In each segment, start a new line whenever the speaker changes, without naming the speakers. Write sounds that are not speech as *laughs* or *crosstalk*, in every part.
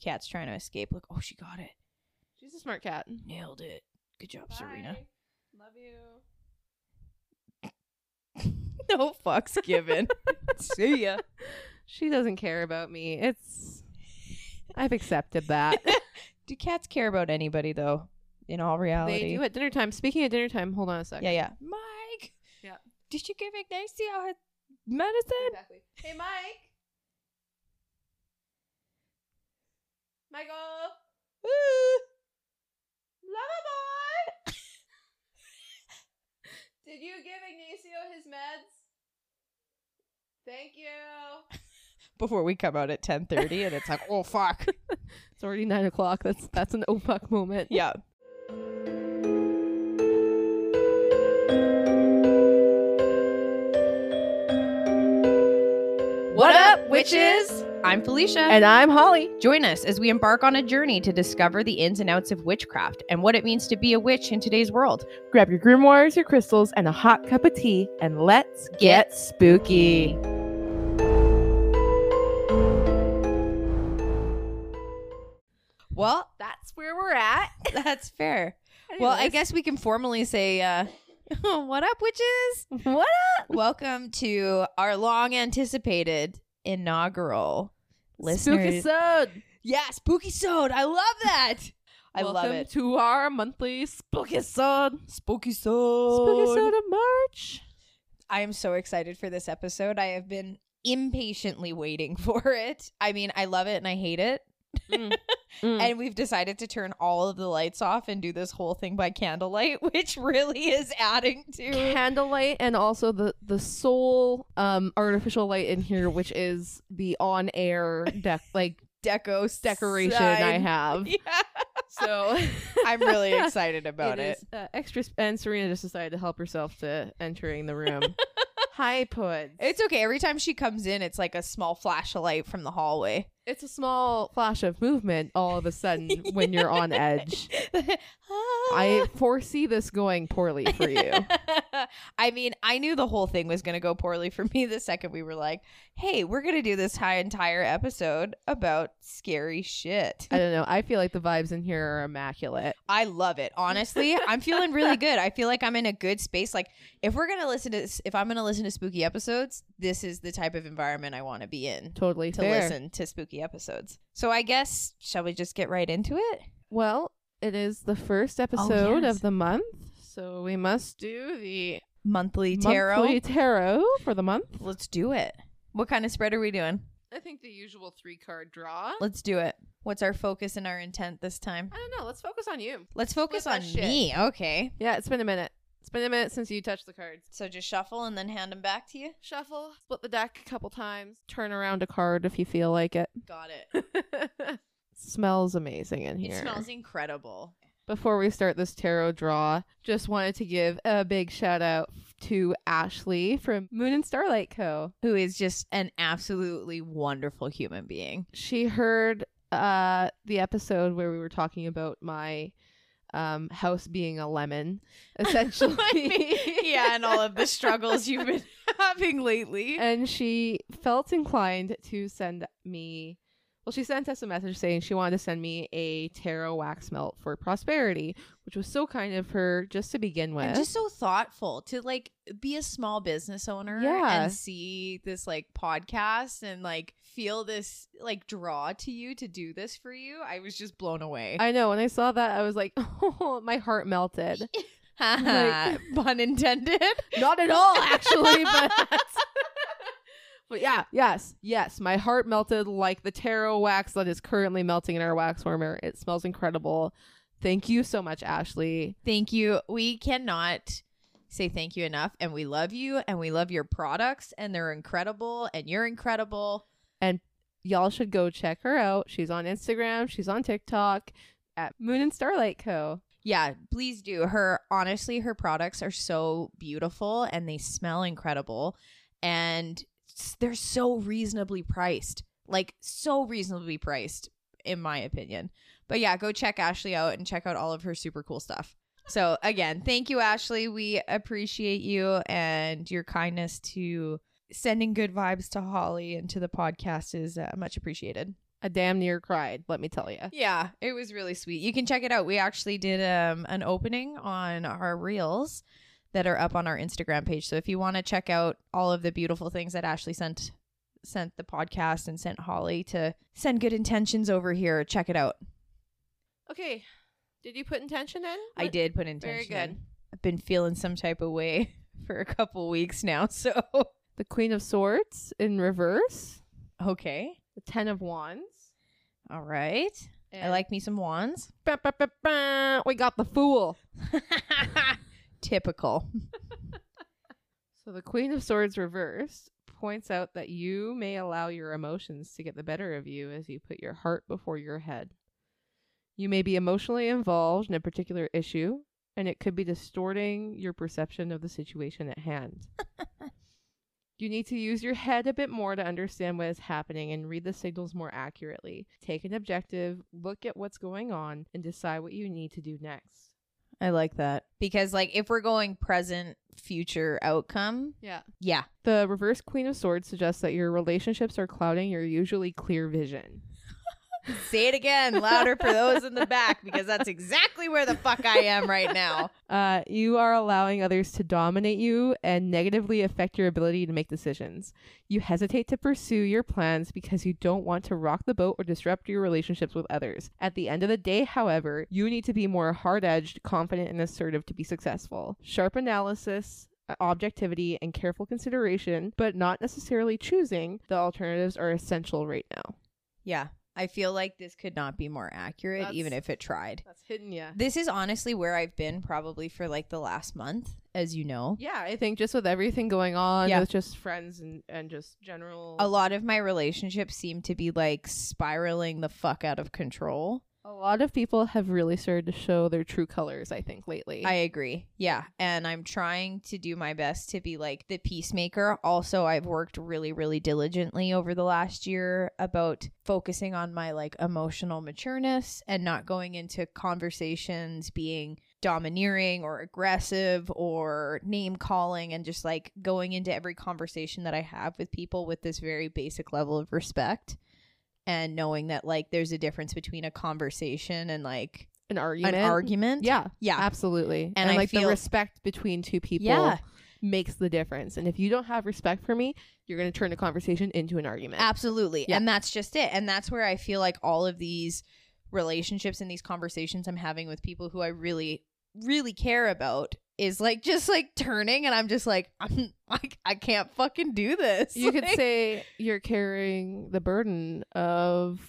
cat's trying to escape. Like, oh, she got it.
She's a smart cat.
Nailed it. Good job, Serena.
Love you. *laughs*
No fucks *laughs* given. *laughs* See ya.
She doesn't care about me. It's. I've accepted that.
*laughs* Do cats care about anybody though? In all reality,
*laughs* they do at dinner time. Speaking of dinner time, hold on a second.
Yeah, yeah. Mike.
Yeah.
Did you give Ignacio her medicine?
Exactly. Hey, Mike. Michael. Lover boy. *laughs* Did you give Ignacio his meds? Thank you.
Before we come out at ten thirty, and it's like, oh fuck. *laughs*
It's already nine o'clock. That's that's an OPUC moment.
yeah. What up, witches? I'm Felicia.
And I'm Holly.
Join us as we embark on a journey to discover the ins and outs of witchcraft and what it means to be a witch in today's world.
Grab your grimoires, your crystals, and a hot cup of tea, and let's get spooky.
Well,
That's where we're at.
*laughs* that's fair. Well, I guess we can formally say, uh, *laughs* what up, witches?
what?
Welcome to our long anticipated inaugural listeners.
Spookisode.
yeah, spooky sode. I love that. I love
Welcome
it.
to our monthly Spookisode.
Spooky sode.
Spookisode of March.
I am so excited for this episode. I have been impatiently waiting *laughs* for it. I mean, I love it and I hate it.
Mm. *laughs* And
And we've decided to turn all of the lights off and do this whole thing by candlelight, *laughs* which really is adding to
candlelight and also the the sole um artificial light in here which is the on air deck
*laughs*
like
deco
decoration i
sign. *laughs*
have
Yeah.
so
I'm really excited
*laughs*
about it.
is, uh, extra sp- and serena just decided to help herself to entering
*laughs*
the room hi puds
It's okay. Every time she comes in, it's like a small flashlight from the hallway. *laughs*
it's a small flash of movement all of a sudden when you're on edge i foresee this going poorly for you
*laughs* I mean, I knew the whole thing was going to go poorly for me the second we were like, hey, we're going to do this high entire episode about scary shit.
i don't know i feel like the vibes in here are immaculate
I love it. Honestly, I'm feeling really good. I feel like I'm in a good space. Like, if we're going to listen to, if I'm going to listen to spooky episodes, this is the type of environment I want to be in
totally
to
fair.
listen to spooky episodes. So I guess, shall we just get right into it?
Well, it is the first episode
yes.
of the month, so we must do the
Monthly tarot.
monthly tarot for the month.
Let's do it. What kind of spread are we doing?
I think the usual three card draw.
Let's do it. What's our focus and our intent this time?
I don't know. Let's focus on you.
Let's focus
Flip
on
that shit.
me. Okay.
Yeah, it's been a minute. It's been a minute since you touched the cards.
So just shuffle and then hand them back to you.
Shuffle, split the deck a couple times, turn around a card if you feel like *laughs* it.
Got it.
Smells amazing in here.
It smells e- incredible.
Before we start this tarot draw, just wanted to give a big shout out to Ashley from Moon and Starlight Co.
Who is just an absolutely wonderful human being.
she heard uh the episode where we were talking about my um house being
*laughs*
a lemon essentially
I mean, yeah, and
*laughs*
all of the struggles *laughs* you've been having lately.
and she felt inclined to send me well she sent us a message saying she wanted to send me a tarot wax melt for prosperity which was so kind of her just to begin with
And just so thoughtful to like be a small business owner
Yeah.
and see this like podcast and like feel this like draw to you to do this for you. I was just blown away.
i know when i saw that i was like *laughs* oh my heart melted
*laughs* Ha ha. Pun intended.
Not at all, *laughs* actually, but but yeah, yes, yes. My heart melted like the tarot wax that is currently melting in our wax warmer. It smells incredible. Thank you so much, Ashley.
Thank you. We cannot say thank you enough. And we love you and we love your products and they're incredible and you're incredible.
Y'all should go check her out. She's on Instagram, she's on TikTok at Moon and Starlight Co.
Yeah, please do. Her honestly, her products are so beautiful and they smell incredible and s- they're so reasonably priced. Like so reasonably priced in my opinion. But yeah, go check Ashley out and check out all of her super cool stuff. So again, thank you Ashley. We appreciate you and your kindness to sending good vibes to Holly and to the podcast is uh, much appreciated.
I damn near cried, let me tell you.
Yeah, it was really sweet. You can check it out. We actually did um, an opening on our reels that are up on our Instagram page. So if you want to check out all of the beautiful things that Ashley sent sent the podcast and sent Holly to send good intentions over here, check it out.
Okay. Did you put intention in?
I did put intention.
Very
in.
good.
I've been feeling some type of way *laughs* for a couple weeks now. *laughs* So
The Queen of Swords in reverse,
okay,
the Ten of Wands.
all right. I
and-
like me some
*laughs*
wands.
Ba, ba, ba, ba, we got the fool.
Typical.
So the Queen of Swords reversed points out that you may allow your emotions to get the better of you as you put your heart before your head. You may be emotionally involved in a particular issue, and it could be distorting your perception of the situation at hand. you need to use your head a bit more to understand what is happening and read the signals more accurately. Take an objective, look at what's going on, and decide what you need to do next.
I like that because like if we're going present, future outcome,
Yeah.
yeah,
The reverse Queen of Swords suggests that your relationships are clouding your usually clear vision.
Say it again, louder for those in the back, because that's exactly where the fuck I am right now.
Uh, you are allowing others to dominate you and negatively affect your ability to make decisions. You hesitate to pursue your plans because you don't want to rock the boat or disrupt your relationships with others. At the end of the day, however, you need to be more hard edged, confident, and assertive to be successful. Sharp analysis. uh, Objectivity and careful consideration, but not necessarily choosing the alternatives are essential right now.
Yeah, I feel like this could not be more accurate,
That's-
even if it tried.
That's hidden, yeah.
This is honestly where I've been probably for like the last month, as you know.
Yeah, I think just with everything going on
Yeah.
with just friends and, and just general
A lot of my relationships seem to be like spiraling the fuck out of control.
a lot of people have really started to show their true colors, I think, lately.
I agree. Yeah. And I'm trying to do my best to be like the peacemaker. Also, I've worked really, really diligently over the last year about focusing on my like emotional matureness and not going into conversations being domineering or aggressive or name calling and just like going into every conversation that I have with people with this very basic level of respect and knowing that like there's a difference between a conversation and like
an argument.
an argument.
Yeah.
Yeah.
Absolutely. And,
I
like
feel-
the respect between two people
Yeah.
makes the difference. And if you don't have respect for me, you're gonna turn the conversation into an argument.
Absolutely.
Yeah.
And that's just it. And that's where I feel like all of these relationships and these conversations I'm having with people who I really, really care about is like just like turning and I'm just like, I'm, *laughs* I, I can't fucking do this.
you could
Like,
say you're carrying the burden of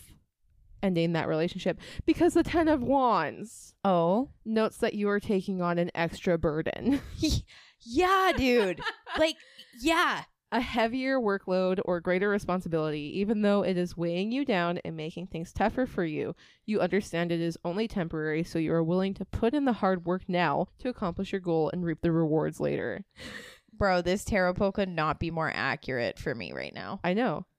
ending that relationship. Because the ten of wands
oh,
notes that you are taking on an extra burden.
*laughs* yeah, dude. like, yeah.
a heavier workload or greater responsibility, even though it is weighing you down and making things tougher for you, you understand it is only temporary, so you are willing to put in the hard work now to accomplish your goal and reap the rewards later.
Bro, this tarot poke could not be more accurate for me right now.
I know. *laughs*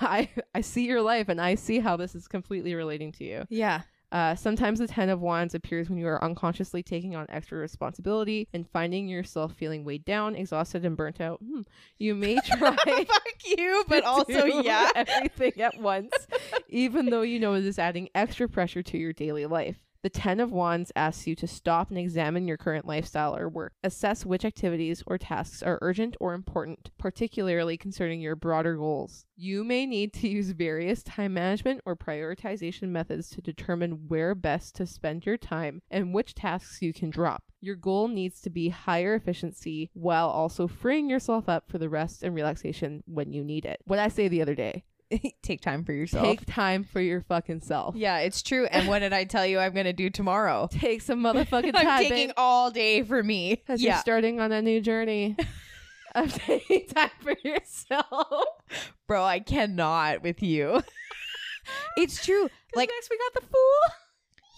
I I see your life and I see how this is completely relating to you.
Yeah.
Uh, sometimes the Ten of Wands appears when you are unconsciously taking on extra responsibility and finding yourself feeling weighed down, exhausted, and burnt out. Hmm.
*laughs*
You may
*laughs*
try.
Fuck you, *laughs* but
to
also,
do
yeah. *laughs*
*laughs* everything at once, even though you know it is adding extra pressure to your daily life. The Ten of Wands asks you to stop and examine your current lifestyle or work. Assess which activities or tasks are urgent or important, particularly concerning your broader goals. You may need to use various time management or prioritization methods to determine where best to spend your time and which tasks you can drop. Your goal needs to be higher efficiency while also freeing yourself up for the rest and relaxation when you need it. What I say the other day,
Take time for yourself.
take time for your fucking self.
yeah, it's true. And what did I tell you I'm going to do tomorrow? *laughs*
Take some motherfucking time.
I'm taking
babe.
all day for me.
Because you're
Yeah.
starting on a
*laughs*
new journey of *laughs* taking time for yourself.
Bro, I cannot with you. *laughs* it's true. Like,
next we got the fool.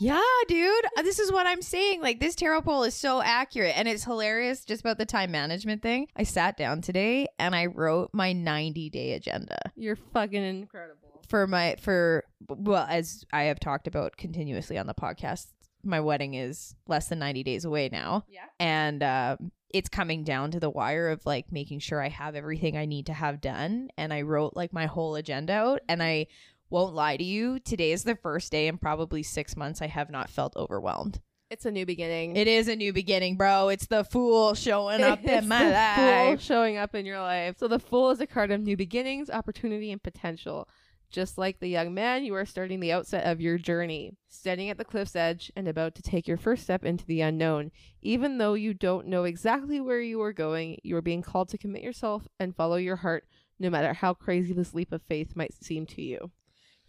yeah, dude. Uh, This is what I'm saying. Like, this tarot poll is so accurate and it's hilarious just about the time management thing. I sat down today and I wrote my 90 day agenda.
You're fucking incredible.
for my for well as i have talked about continuously on the podcast my wedding is less than 90 days away now
Yeah.
and um it's coming down to the wire of like making sure i have everything i need to have done and i wrote like my whole agenda out and i won't lie to you. Today is the first day in probably six months I have not felt overwhelmed.
It's a new beginning.
It is a new beginning, bro. It's the fool
*laughs*
showing up
It's
in my
the Fool
life.
showing up in your life. So the fool is a card of new beginnings, opportunity, and potential. Just like the young man, you are starting the outset of your journey, standing at the cliff's edge and about to take your first step into the unknown. Even though you don't know exactly where you are going, you are being called to commit yourself and follow your heart, no matter how crazy this leap of faith might seem to you.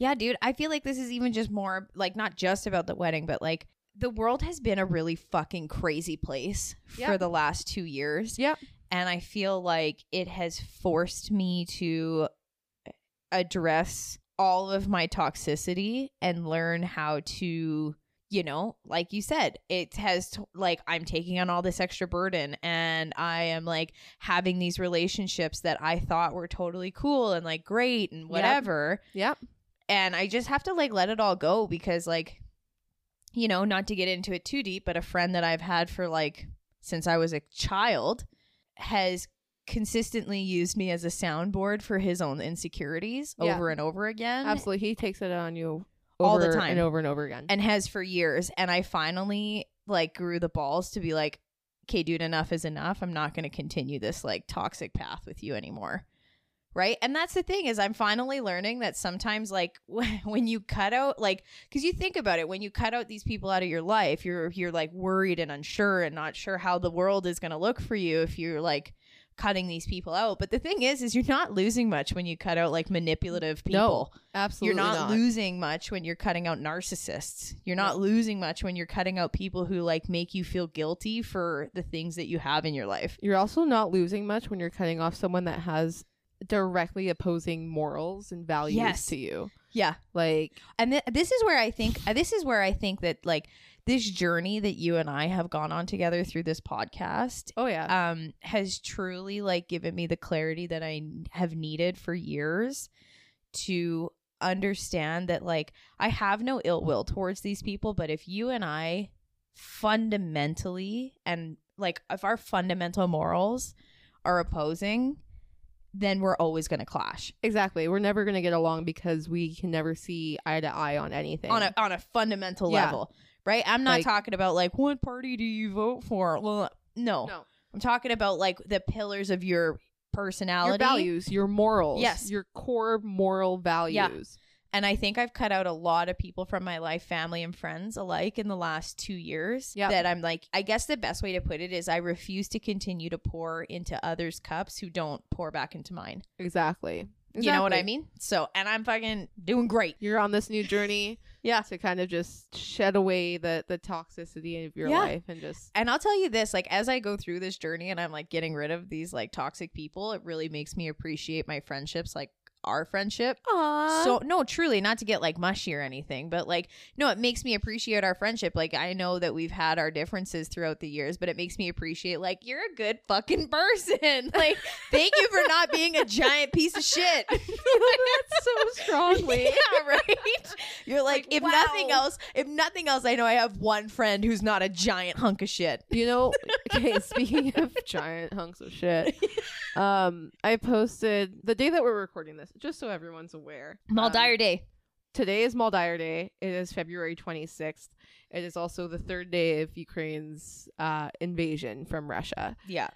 Yeah, dude. I feel like this is even just more like not just about the wedding, but like the world has been a really fucking crazy place
Yeah.
for the last two years.
Yeah.
And I feel like it has forced me to address all of my toxicity and learn how to, you know, like you said, it has, t- like, I'm taking on all this extra burden and I am like having these relationships that I thought were totally cool and like great and whatever
Yep.
and I just have to like let it all go because like you know, not to get into it too deep, but a friend that I've had for like since I was a child has consistently used me as a soundboard for his own insecurities
Yeah.
over and over again
Absolutely. He takes it on you
All
over
the time.
and over and over again.
and has for years and I finally like grew the balls to be like okay dude enough is enough I'm not going to continue this like toxic path with you anymore right and that's the thing is I'm finally learning that sometimes like *laughs* when you cut out like cuz you think about it when you cut out these people out of your life you're you're like worried and unsure and not sure how the world is going to look for you if you're like cutting these people out but the thing is is you're not losing much when you cut out like manipulative people
No. Absolutely.
you're not, losing much when you're cutting out narcissists. You're not losing much when you're cutting out people who like make you feel guilty for the things that you have in your life.
You're also not losing much when you're cutting off someone that has directly opposing morals and values
Yes.
to you.
Yeah.
Like,
And th- this is where I think uh, this is where I think that like this journey that you and I have gone on together through this podcast
oh yeah,
um has truly like given me the clarity that I n- have needed for years to understand that like I have no ill will towards these people but if you and I fundamentally and like if our fundamental morals are opposing then we're always going to clash
exactly. We're never gonna get along because we can never see eye to eye on anything.
on a on a fundamental
Yeah.
level right I'm not
Like-
talking about like what party do you vote for well no,
No.
I'm talking about like the pillars of your personality
your values, your morals,
Yes.
your core moral values.
And I think I've cut out a lot of people from my life, family and friends alike, in the last two years.
Yep.
That I'm like, I guess the best way to put it is I refuse to continue to pour into others' cups who don't pour back into mine.
Exactly.
You know what I
Exactly.
mean? So, and I'm fucking doing great.
You're on this new journey
*laughs* Yeah.
to kind of just shed away the the toxicity of your
Yeah.
life and just
And I'll tell you this like, as I go through this journey and I'm like getting rid of these like toxic people, it really makes me appreciate my friendships, like our friendship.
*laughs*
So no, truly, not to get like mushy or anything, but like no, it makes me appreciate our friendship. Like I know that we've had our differences throughout the years, but it makes me appreciate like you're a good fucking *laughs* person. Like thank you for not being a giant piece of *laughs* shit.
that's
*laughs*
so strongly.
yeah, right. You're like,
Like,
if
wow.
nothing else, if nothing else, I know I have one friend who's not a giant hunk of shit.
You know, okay, speaking of giant hunks of shit, um, I posted the day that we're recording this, just so everyone's aware. um,
Maldier Day.
Today is Maldire Day. It is February 26th. It is also the third day of Ukraine's uh, invasion from Russia.
Yeah,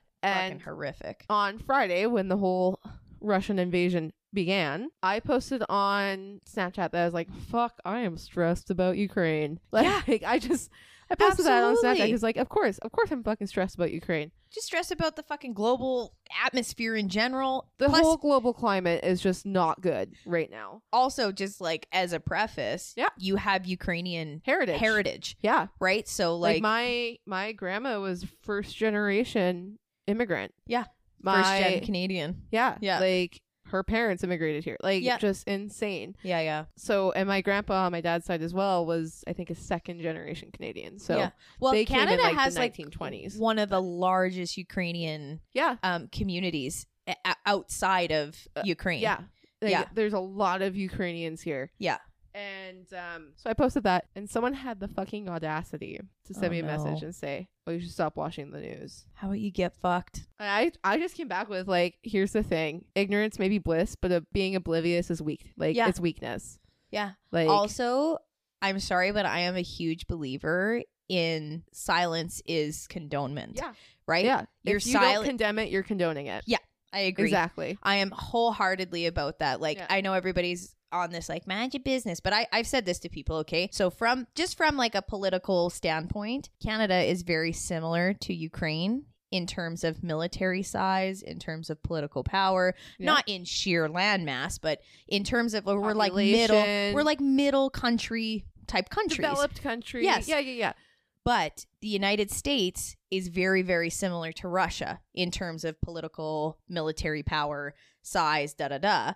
fucking
And
horrific.
on Friday, when the whole Russian invasion began, I posted on Snapchat that I was like, fuck, I am stressed about Ukraine. *laughs* Like, I just, I posted that on Snapchat
Absolutely.
because, like, of course, of course I'm fucking stressed about Ukraine.
Just stress about the fucking global atmosphere in general.
The
Plus,
whole global climate is just not good right now.
also just like as a preface,
Yeah.
you have Ukrainian
Heritage.
heritage,
Yeah.
right? So
Like,
like,
my my grandma was first generation immigrant.
Yeah.
My
first gen Canadian.
Yeah.
Yeah.
Like her parents immigrated here. Like
Yeah.
just insane.
Yeah, yeah.
So and my grandpa on my dad's side as well was I think a second generation Canadian. So
Yeah. Well,
They came in,
Canada
like, the
has like
1920s.
one of the largest Ukrainian
yeah.
um, communities a- a- outside of
Uh,
Ukraine.
Yeah. Like,
Yeah.
There's a lot of Ukrainians here.
Yeah.
And um, so I posted that, and someone had the fucking audacity to send
Oh,
me a message
no.
and say, "Oh, you should stop watching the news."
How about you get fucked?
And I I just came back with like, here's the thing: ignorance may be bliss, but uh, being oblivious is weak. Like
Yeah.
it's weakness.
Yeah.
Like
also, I'm sorry, but I am a huge believer in silence is condonement.
Yeah.
Right?
yeah,
You're
if you don't
silent-
condemn it, you're condoning it.
I agree.
Exactly.
I am wholeheartedly about that. Like
Yeah.
I know everybody's on this like mind your business, but I, I've said this to people, okay? So from just from like a political standpoint, Canada is very similar to Ukraine in terms of military size, in terms of political power,
Yeah.
not in sheer landmass, but in terms of we're like middle
Population.
we're like middle country type countries.
developed country.
Yes.
Yeah, yeah, yeah.
But the United States is very, very similar to Russia in terms of political, military power, size, da da da.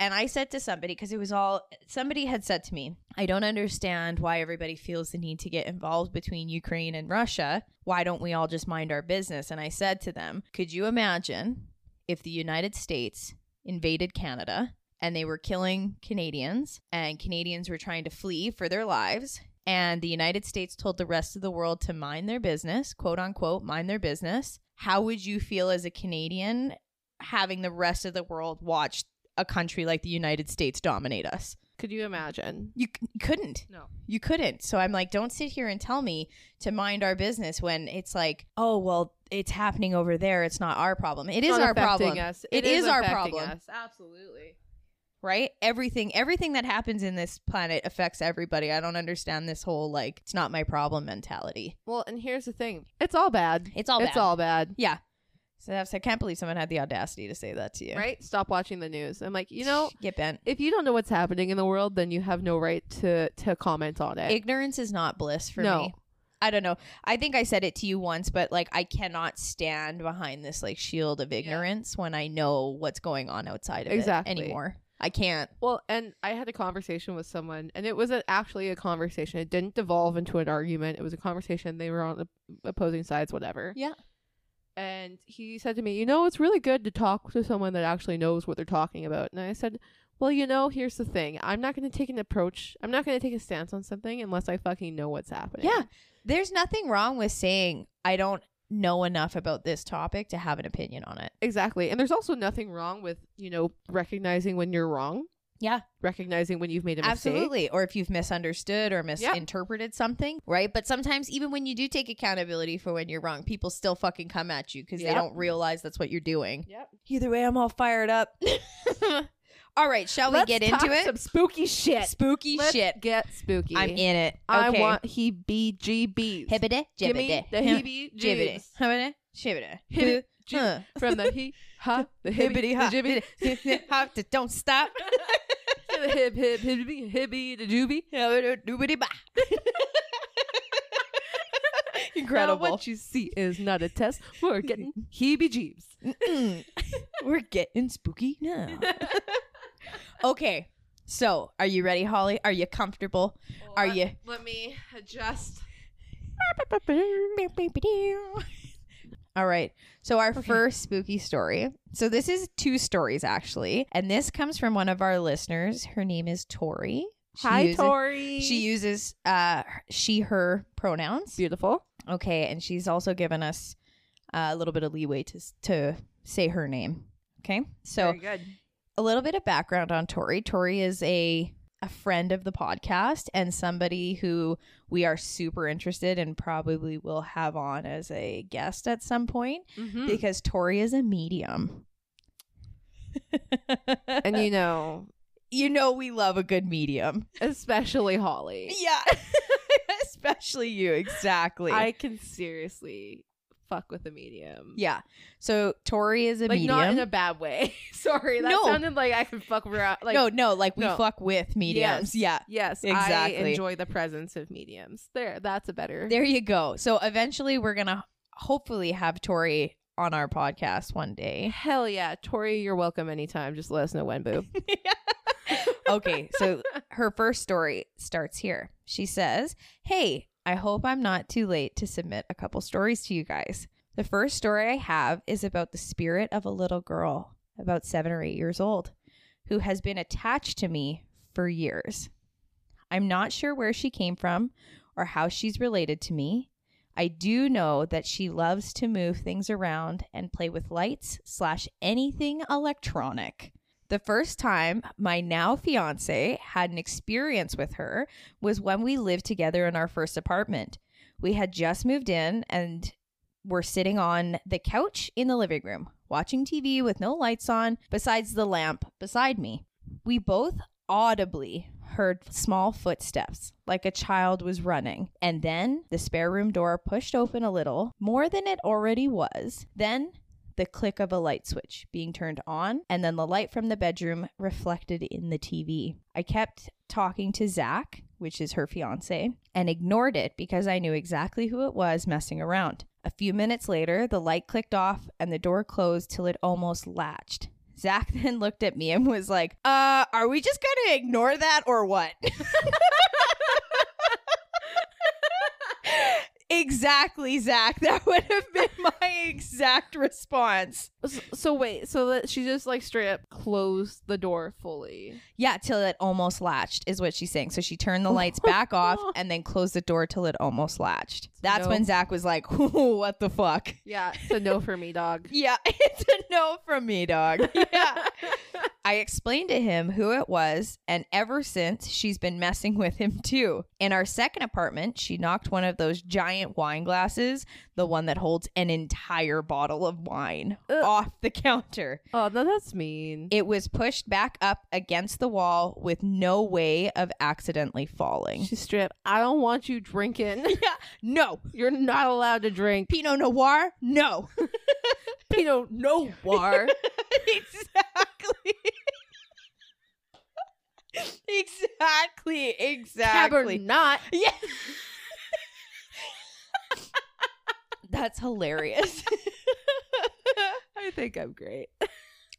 And I said to somebody, because it was all somebody had said to me, I don't understand why everybody feels the need to get involved between Ukraine and Russia. Why don't we all just mind our business? And I said to them, Could you imagine if the United States invaded Canada and they were killing Canadians and Canadians were trying to flee for their lives? and the United States told the rest of the world to mind their business, quote unquote, mind their business, how would you feel as a Canadian having the rest of the world watch a country like the United States dominate us?
Could you imagine?
You, c- you couldn't.
No.
You couldn't. So I'm like, don't sit here and tell me to mind our business when it's like, oh, well, it's happening over there. It's not our problem. It is our problem.
Us.
It is our
affecting
problem.
Us. Absolutely.
right? Everything everything that happens in this planet affects everybody. I don't understand this whole like it's not my problem mentality.
Well, and here's the thing. It's all bad.
It's all
it's
bad.
all bad.
So that's, I can't believe someone had the audacity to say that to you.
Right? Stop watching the news. I'm like, you know,
Get bent.
if you don't know what's happening in the world, then you have no right to to comment on it.
Ignorance is not bliss for
No.
me. I don't know. I think I said it to you once, but like I cannot stand behind this like shield of ignorance when I know what's going on outside of
Exactly.
it anymore. I can't.
Well, and I had a conversation with someone, and it was a, actually a conversation. It didn't devolve into an argument. It was a conversation. They were on the opposing sides, whatever.
Yeah.
And he said to me, You know, it's really good to talk to someone that actually knows what they're talking about. And I said, Well, you know, here's the thing. I'm not going to take an approach, I'm not going to take a stance on something unless I fucking know what's happening.
Yeah. There's nothing wrong with saying I don't know enough about this topic to have an opinion on it.
Exactly. And there's also nothing wrong with, you know, recognizing when you're wrong.
Yeah.
Recognizing when you've made a mistake.
Absolutely. Or if you've misunderstood or misinterpreted something, right? But sometimes, even when you do take accountability for when you're wrong, people still fucking come at you because
Yep.
they don't realize that's what you're doing.
Yep.
Either way, I'm all fired up. *laughs* all right, shall
Let's
we get
talk
into it?
Some spooky shit.
Spooky
Let's
shit.
Get spooky.
I'm in it. Okay.
I want he BGBs.
hibbida
Give me
jibbida.
the heebie
jibbida. Hibbida
jeebies.
jibbida.
Hibbi- jib-
Huh.
From the he ha the hibbity ha the jibby
*laughs*
*laughs*
Hibbidi hop to don't stop.
to the hib hib hibby hibby the jubby.
Hibbidi-doobidi-ba.
Now
Incredible.
what you see is not a test.
*laughs*
We're getting heebie jeebs.
Mm-mm. *laughs* We're getting spooky
*laughs*
now. okay. So, are you ready, Holly? Are you comfortable? Are
Let-
you- *laughs*
Let me adjust.
All right. So, our
Okay.
first spooky story. So, this is two stories actually. And this comes from one of our listeners. Her name is Tori. *laughs* She
Hi,
uses-
Tori.
She uses uh she her pronouns.
beautiful.
Okay, and she's also given us uh, a little bit of leeway to s- to say her name. Okay? So,
Very good.
a little bit of background on Tori. Tori is a a friend of the podcast and somebody who we are super interested and probably will have on as a guest at some point
Mhm.
because Tori is a medium.
and you know,
*laughs* you know we love a good medium.
especially Holly.
Yeah. *laughs* Especially you, exactly.
I can seriously fuck with a medium.
yeah. So Tori is a
like
medium.
not in a bad way. *laughs* Sorry, that
No.
sounded like I could
*laughs*
fuck around. Like
no, no, like we
no.
fuck with mediums.
Yes.
Yeah.
yes, I
Exactly.
enjoy the presence of mediums. There, that's a better.
There you go. So eventually we're going to hopefully have Tori on our podcast one day. *laughs*
Hell yeah, Tori, you're welcome anytime. Just let us know when, boo. *laughs*
Okay, so her first story starts here. She says, Hey, I hope I'm not too late to submit a couple stories to you guys. The first story I have is about the spirit of a little girl, about seven or eight years old, who has been attached to me for years. I'm not sure where she came from or how she's related to me. I do know that she loves to move things around and play with lights slash anything electronic. The first time my now fiance had an experience with her was when we lived together in our first apartment. We had just moved in and were sitting on the couch in the living room, watching TV with no lights on, besides the lamp beside me. We both audibly heard small footsteps, like a child was running. And then the spare room door pushed open a little, more than it already was. Then the click of a light switch being turned on, and then the light from the bedroom reflected in the TV. I kept talking to Zach, which is her fiance, and ignored it because I knew exactly who it was messing around. A few minutes later, the light clicked off and the door closed till it almost latched. Zach *laughs* then looked at me and was like, uh, are we just gonna ignore that or what? *laughs* exactly, Zach. *laughs* That would have been my exact response.
S- So wait, so that she just like straight up closed the door fully.
Yeah, till it almost latched is what she's saying. So she turned *laughs* the lights back off and then closed the door till it almost latched. That's
No.
when Zach was like, *laughs* "Ooh, what the fuck?
Yeah, it's a no for me, dog.
Yeah, it's a no from me, dog. *laughs* Yeah. I explained to him who it was, and ever since she's been messing with him too. In our second apartment, she knocked one of those giant wine glasses, the one that holds an entire bottle of wine,
Ugh.
off the counter.
*laughs* Oh no, that's mean.
It was pushed back up against the wall with no way of accidentally falling.
She's straight up. I don't want you drinking. *laughs*
No.
You're not allowed to drink.
Pinot Noir? No.
Pinot Noir.
*laughs* exactly. exactly. Exactly.
Cabernet.
Yeah. That's hilarious.
I think I'm great.
*laughs*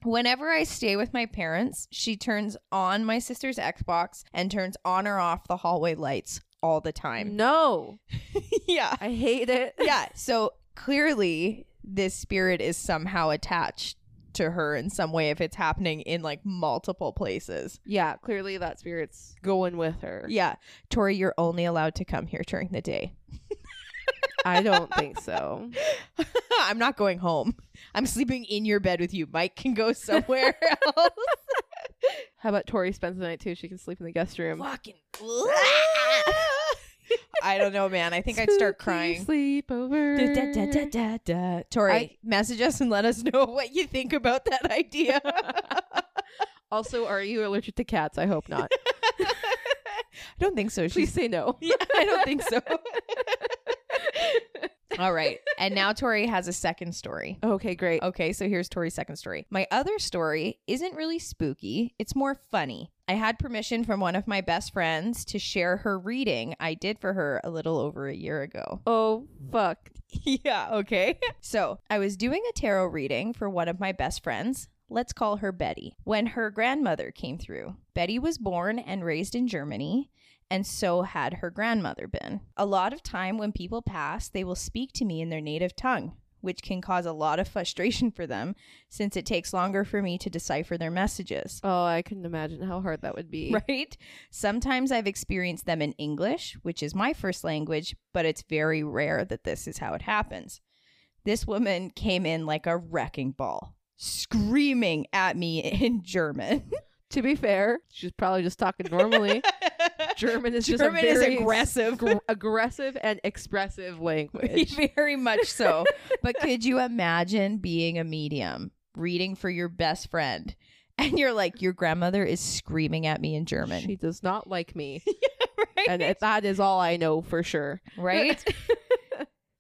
Whenever I stay with my parents, she turns on my sister's Xbox and turns on or off the hallway lights all the time.
No,
*laughs* yeah.
I hate it.
Yeah. So clearly, this spirit is somehow attached to her in some way if it's happening in like multiple places.
Yeah, clearly that spirit's going with her.
Yeah. Tori, you're only allowed to come here during the day. *laughs*
I don't think so.
I'm not going home. I'm sleeping in your bed with you. Mike can go
*laughs*
somewhere *laughs* else.
How about Tori spends the night too? She can sleep in the guest room.
Fucking. *laughs* I don't know, man. I think I'd start crying.
Sleep over.
Da, da, da, da, da, da. Tori,
I-
message us and let us know *laughs* what you think about that idea. *laughs*
Also, are you allergic to cats? I hope not.
*laughs* I don't think so.
Please say no.
*laughs* Yeah, I don't think so. All right. And now Tori has a second story.
Okay, great.
Okay, so here's Tori's second story. My other story isn't really spooky, it's more funny. I had permission from one of my best friends to share her reading I did for her a little over a year ago.
Oh fuck.
*laughs* yeah, okay. *laughs* so I was doing a tarot reading for one of my best friends. Let's call her Betty. When her grandmother came through, Betty was born and raised in Germany. And so had her grandmother been. A lot of time when people pass, they will speak to me in their native tongue, which can cause a lot of *laughs* frustration for them since it takes longer for me to decipher their messages.
Oh, I couldn't imagine how hard that would *laughs* be.
Right? Sometimes I've experienced them in English, which is my first language, but it's very rare that this is how it happens. This woman came in like a wrecking ball, screaming at me in *laughs* German.
To be fair, she's probably just talking
*laughs*
normally. German is just
German
a
is
very
aggressive.
gr- aggressive and expressive
*laughs*
language.
*laughs*
*laughs*
very much so. but could you imagine being a medium, reading for your best friend, and you're like, your grandmother is screaming at me in German?
She does not
*laughs*
like me,
right?
and it- that is all I know for sure.
right? *laughs*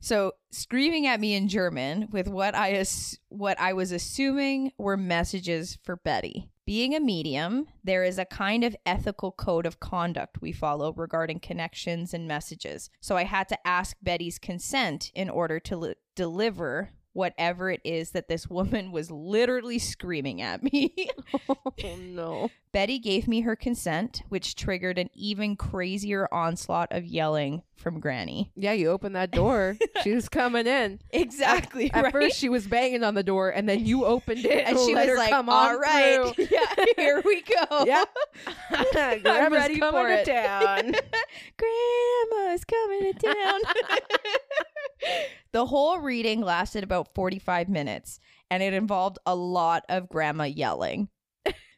so screaming at me in German with what I ass- what I was assuming were messages for Betty. Being a medium, there is a kind of ethical code of conduct we follow regarding connections and messages. So I had to ask Betty's consent in order to li- deliver whatever it is that this woman was literally screaming at me. *laughs*
Oh no.
Betty gave me her consent, which triggered an even crazier onslaught of yelling from Granny.
Yeah, you open that
*laughs*
door. she was coming in.
Exactly.
At
right?
first, she was banging on the door, and then you opened it,
*laughs* and she
let
was
her
like,
come
"All
on
right,
through."
*laughs* yeah, here we *laughs* go.
Yeah.
I'm ready for it.
town.
Grandma's coming *laughs* to
*laughs*
town. the whole reading lasted about 45 minutes, and it involved a lot of grandma yelling.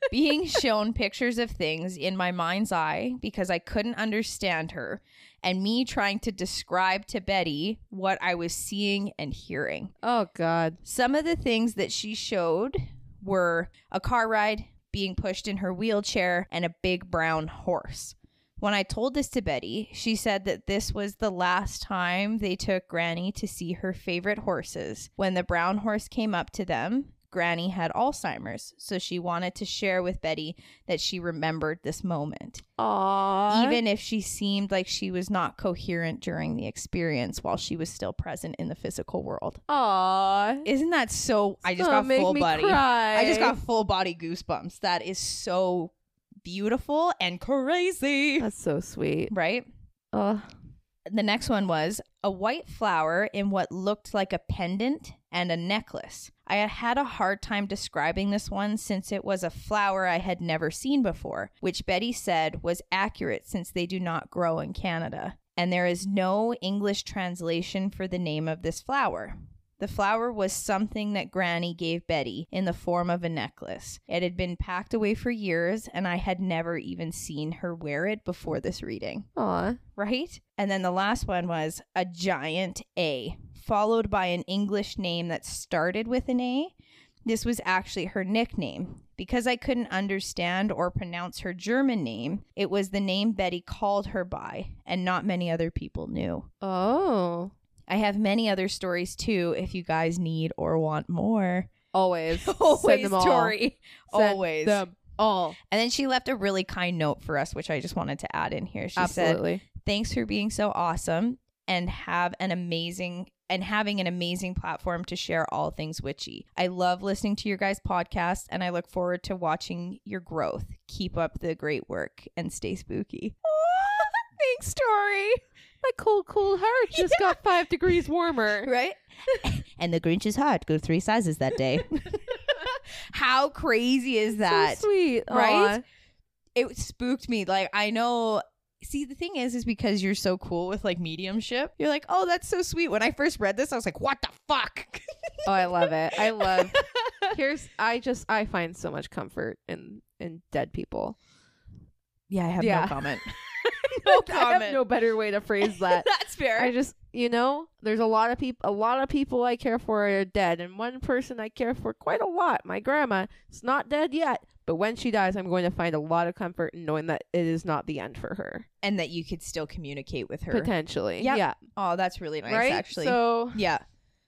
being shown pictures of things in my mind's eye because I couldn't understand her, and me trying to describe to Betty what I was seeing and hearing.
Oh God.
Some of the things that she showed were a car ride, being pushed in her wheelchair, and a big brown horse. When I told this to Betty, she said that this was the last time they took Granny to see her favorite horses. When the brown horse came up to them, Granny had Alzheimer's, so she wanted to share with Betty that she remembered this moment,
Aww.
even if she seemed like she was not coherent during the experience while she was still present in the physical world.
Aww.
Isn't that so? I just
Gonna
got
make
full
me
body.
Cry.
I just got full body goosebumps. That is so beautiful and crazy,
*laughs* That's so sweet.
right?
Oh.
The next one was a white flower in what looked like a pendant and a necklace. I had had a hard time describing this one since it was a flower I had never seen before, which Betty said was accurate since they do not grow in Canada. And there is no English translation for the name of this flower. The flower was something that Granny gave Betty in the form of a necklace. It had been packed away for years, and I had never even seen her wear it before this reading
Aw.
right? And then the last one was a giant A, followed by an English name that started with an A. This was actually her nickname. Because I couldn't understand or pronounce her German name, it was the name Betty called her by, and not many other people knew.
Oh.
I have many other stories too if you guys need or want more.
Always. Send
*laughs* Always,
them all.
Tori.
Send
Always.
Them all.
And then she left a really kind note for us, which I just wanted to add in here. She said,
Absolutely.
thanks for being so awesome and have an amazing and having an amazing platform to share all things witchy. I love listening to your guys' podcast and I look forward to watching your growth. Keep up the great work and stay spooky. *laughs* thanks, Tori.
My cold, cold heart *laughs* just got five degrees *laughs* warmer.
Right? *laughs* and the Grinch's heart grew three sizes that day. How crazy is that?
so sweet,
right?
Aw.
It spooked me. Like I know See, the thing is, is because you're so cool with like mediumship, you're like, oh, that's so sweet. When I first read this, I was like, what the fuck? *laughs*
Oh, I love it. I *laughs* love. Here's. I just. I find so much comfort in in dead people.
Yeah, I have
no
comment. *laughs* no
*laughs* I have
*laughs* comment.
*laughs* no better way to phrase *laughs* that.
that's fair.
I just, you know, there's a lot of people. A lot of people I care for are dead, and one person I care for quite a lot, my grandma, is not dead yet. But when she dies, I'm going to find a lot of comfort in knowing that it is not the end for her.
and that you could still communicate with her.
Potentially,
Yep.
yeah,
Oh, that's really nice,
right.
actually.
So,
yeah.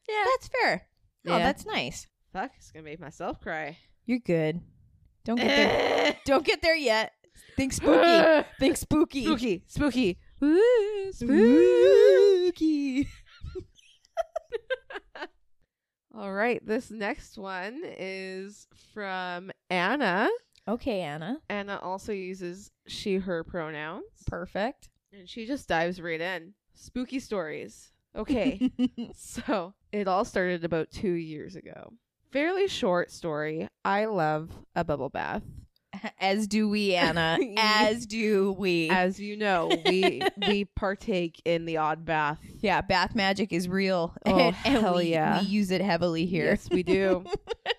Yeah.
That's fair. Oh,
Yeah.
that's nice.
fuck, it's gonna make myself *laughs* cry.
You're good. Don't get *laughs* there. Don't get there yet. Think *gasps* spooky.
*gasps*
Think spooky.
spooky, spooky, Mm-hmm.
Spooky.
All right, this next one is from Anna.
Okay, Anna.
Anna also uses she/her pronouns,
Perfect.
and she just dives right in. Spooky stories. Okay. so it all started about two years ago. Fairly short story. I love a bubble bath.
*laughs* As do we,
*laughs*
Anna. As do we.
As you know, we we partake in the odd bath.
yeah, bath magic is real.
Oh,
*laughs* and, and
hell
we,
yeah.
we use it heavily here.
Yes, we do. *laughs*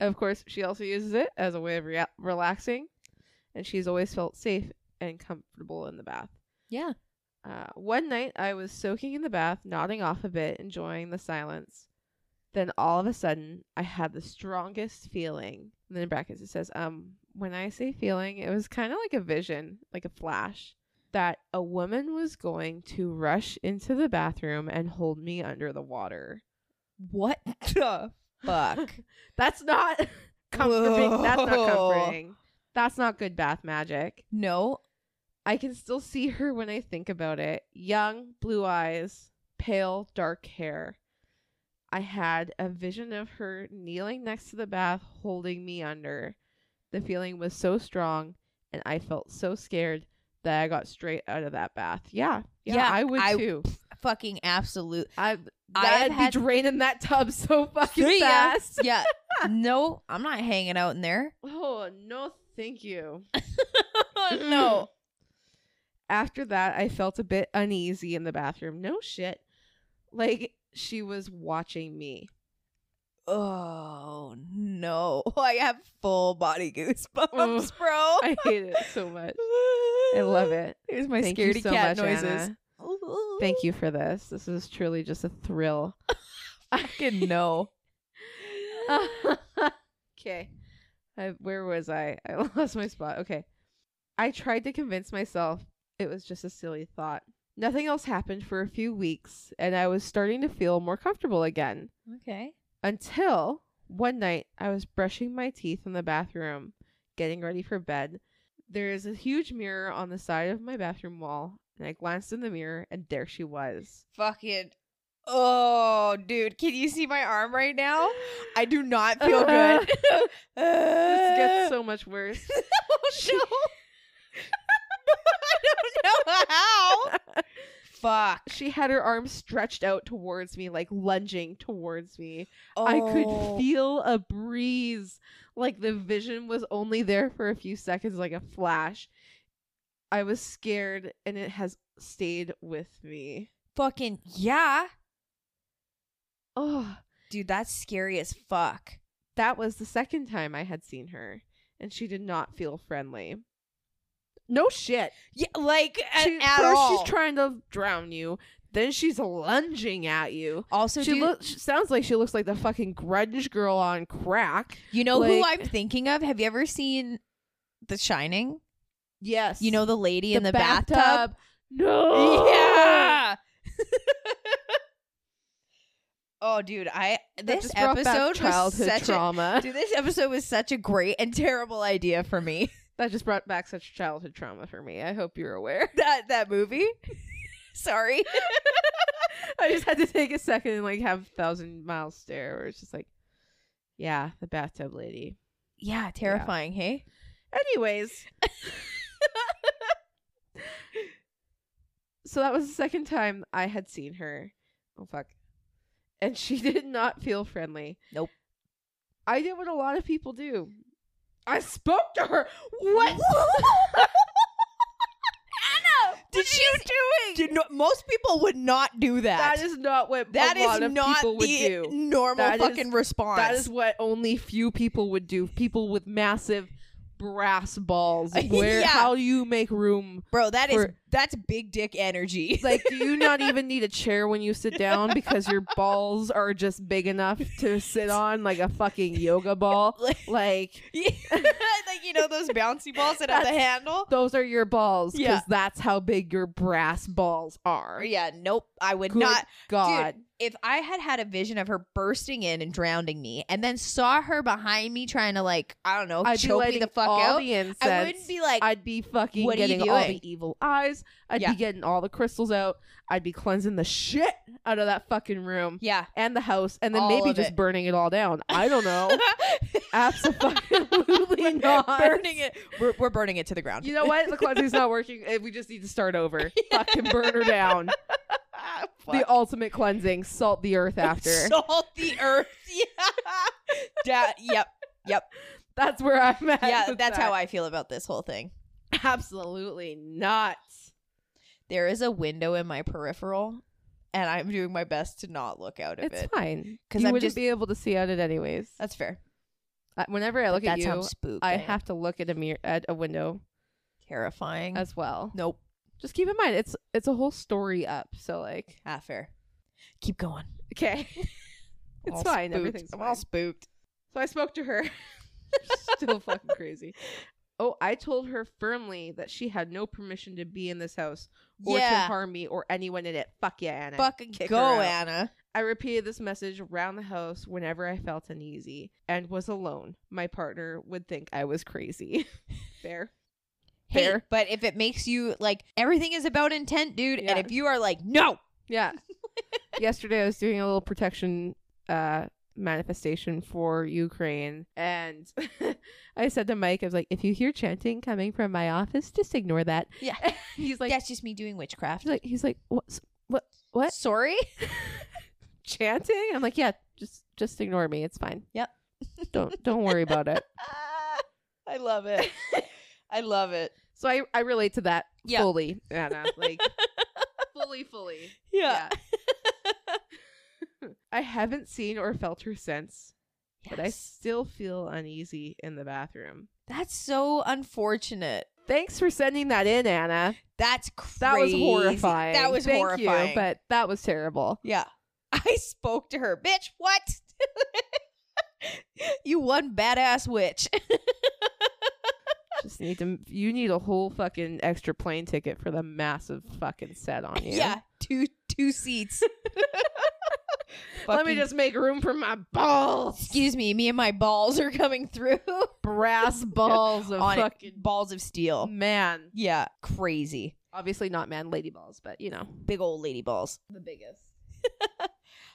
of course, she also uses it as a way of rea- relaxing, and she's always felt safe and comfortable in the bath.
Yeah.
Uh, one night, I was soaking in the bath, nodding off a bit, enjoying the silence. Then all of a sudden, I had the strongest feeling. And then in brackets, it says, um, when I say feeling, it was kind of like a vision, like a flash, that a woman was going to rush into the bathroom and hold me under the water. *laughs*
What the fuck?
That's not *laughs* comforting. That's not
Whoa.
comforting. That's not good bath magic.
*laughs* no.
I can still see her when I think about it. Young, blue eyes, pale, dark hair. I had a vision of her kneeling next to the bath, holding me under. The feeling was so strong, and I felt so scared that I got straight out of that bath. Yeah, yeah,
Yeah,
I would
I-
too.
Fucking absolute. *laughs*
I,
I have
I'd be
had-
draining that tub so
See
fucking
ya.
fast. *laughs*
Yeah. No, I'm not hanging out in there.
Oh no, thank you.
no.
After that, I felt a bit uneasy in the bathroom. No shit. Like she was watching me.
oh no, *laughs* I have full body goosebumps,
Ugh,
bro.
*laughs* I hate it so much. I love it.
Here's my
Thank you
scaredy
so
cat
much,
noises.
Anna. Thank you for this. This is truly just a thrill.
*laughs*
*laughs*
Fucking no.
Uh, okay. I, where was I? I *laughs* lost my spot. Okay. I tried to convince myself it was just a silly thought. Nothing else happened for a few weeks, and I was starting to feel more comfortable again
Okay.
until one night I was brushing my teeth in the bathroom, getting ready for bed. There is a huge mirror on the side of my bathroom wall, and I glanced in the mirror, and there she was.
Fucking. Oh, dude, can you see my arm right
*gasps*
now? I do not
*laughs*
feel good.
This gets so much worse.
*laughs* no.
*laughs*
*laughs* I Oh, don't know how. Fuck.
she had her arms stretched out towards me, like lunging towards me. I
Oh.
could feel a breeze. Like the vision was only there for a few seconds, like a flash. I was scared, and it has stayed with me.
fucking yeah.
Oh,
Dude, that's scary as fuck.
that was the second time I had seen her, and she did not feel friendly. No shit.
Yeah, like at,
She-
at
first,
all.
she's trying to drown you. Then she's lunging at you.
also,
she
dude,
looks. Sounds like she looks like the fucking grunge girl on crack.
you know who
like-
I'm thinking of? Have you ever seen The Shining?
Yes.
You know the lady in the bathtub.
No.
*laughs* oh, dude, I
That
this
just brought back
episode was
childhood
such *laughs* a,
trauma.
dude. This episode was such a great and terrible idea for me.
*laughs*
*laughs*
that just brought back such childhood trauma for me. I hope you're aware. *laughs*
that that movie. *laughs* Sorry.
I just had to take a second and like have thousand miles stare where it's just like, yeah, the bathtub lady.
Yeah, terrifying. Hey.
Anyways. *laughs* so that was the second time I had seen her. Oh fuck. And she *laughs* did not feel friendly.
Nope.
I did what a lot of people do. I spoke to her.
*laughs*
What?
Anna, did what you doing? most people would not do that.
That is not what
that
a lot
is
of
not
people would
the
do.
normal
That is-
fucking response.
That is what only few people would do. People with massive brass
*laughs*
balls. Where
Yeah.
how do you make room?
bro. That is
for-
that's big dick energy.
Like, do you not even need a chair when you sit
*laughs*
down because your balls are just big enough to sit on like a fucking yoga ball?
*laughs* Like-
Like
Yeah. *laughs* like you know those bouncy balls that have the handle.
those are your balls because
Yeah.
that's how big your brass balls are.
Yeah, nope. I would
Good
not.
God.
Dude, if I had had a vision of her bursting in and drowning me, and then saw her behind me trying to like I don't know
I'd be
choke me
lighting
the fuck
all
out,
the incense.
I wouldn't be like
I'd be fucking
What are you
getting all
doing?
the evil eyes. I'd
Yeah.
be getting all the crystals out. I'd be cleansing the shit out of that fucking room
yeah.
and the house, and then
All
maybe
of
just
it.
burning it all down. I don't
*laughs*
know. *laughs* Absolutely not.
Burning it. We're, we're burning it to the ground.
You
*laughs*
know what? The cleansing's not working. Eh, We just need to start over. Fucking burn
*laughs*
her down. ah, The ultimate cleansing. Salt
*laughs*
the earth *laughs* after.
Salt *laughs* the
*laughs*
earth. Yeah. Da- yep.
that's where I'm at.
Yeah,
with
that's
that.
how I feel about this whole thing.
Absolutely not.
There is a window in my peripheral, and I'm doing my best to not look out of
It's
it.
fine
'Cause
because I
I'm
wouldn't
just-
be able to see out it anyways.
That's fair.
Uh, Whenever I
But
look at
that's
you,
how spooked
I
am.
have to look at a mirror at a window
terrifying.
as well.
nope.
Just keep in mind it's it's a whole story up, so like
Ah, fair. Keep going.
okay. *laughs* It's
All
fine,
spooked.
everything's
I'm all
fine.
spooked.
So I spoke to her. *laughs* Still fucking crazy. Oh, I told her firmly that she had no permission to be in this house or to
yeah.
harm me or anyone in it. Fuck yeah, Anna.
Fucking
Kick
go,
her out.
Anna.
I repeated this message around the house whenever I felt uneasy and was alone. My partner would think I was crazy. *laughs* Fair.
Hey,
Fair.
but if it makes you like everything is about intent, dude,
Yeah.
and if you are like, no,
Yeah. *laughs* Yesterday I was doing a little protection uh manifestation for Ukraine and *laughs* I said to Mike, I was like, if you hear chanting coming from my office, just ignore that.
yeah, *laughs*
He's like
that's just me doing witchcraft.
he's like he's like, What what what?
Sorry.
Chanting? I'm like, Yeah, just just ignore me. It's fine.
Yep.
Don't don't worry about it.
Ah, I love *laughs* it. I love it.
*laughs* So I, I relate to that
Yeah.
fully. *laughs* Anna. Like fully, fully.
Yeah.
*laughs* Yeah. I haven't seen or felt her since. but I still feel uneasy in the bathroom.
That's so unfortunate.
Thanks for sending that in, Anna.
That's crazy.
That was horrifying.
That was
Thank
horrifying.
You, but that was terrible.
yeah, *laughs* I spoke to her, bitch. What? *laughs* you one badass witch. *laughs*
Just need to. You need a whole fucking extra plane ticket for the massive fucking set on you.
Yeah, two two seats.
*laughs* Let me
Fucking-
just make room for my balls.
Excuse me, me and my balls are coming through.
*laughs* Brass balls
*laughs*
of
On it.
fucking
balls of steel.
man.
Yeah, crazy.
Obviously not man, lady balls, but you know
Big old lady balls.
the biggest.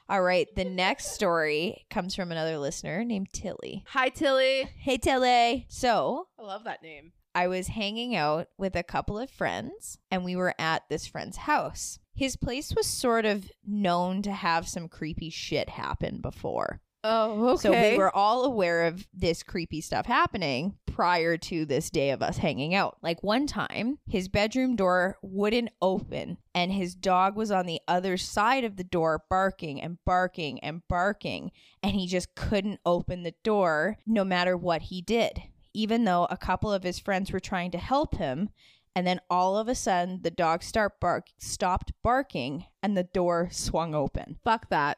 All right, the next story comes from another listener named Tilly.
Hi Tilly.
Hey, Tilly. So
I love that name.
I was hanging out with a couple of friends and we were at this friend's house. His place was sort of known to have some creepy shit happen before.
Oh, okay.
So we were all aware of this creepy stuff happening prior to this day of us hanging out. Like one time, his bedroom door wouldn't open and his dog was on the other side of the door barking and barking and barking and he just couldn't open the door no matter what he did. Even though a couple of his friends were trying to help him, and then all of a sudden the dog start bark stopped barking and the door swung open.
fuck that.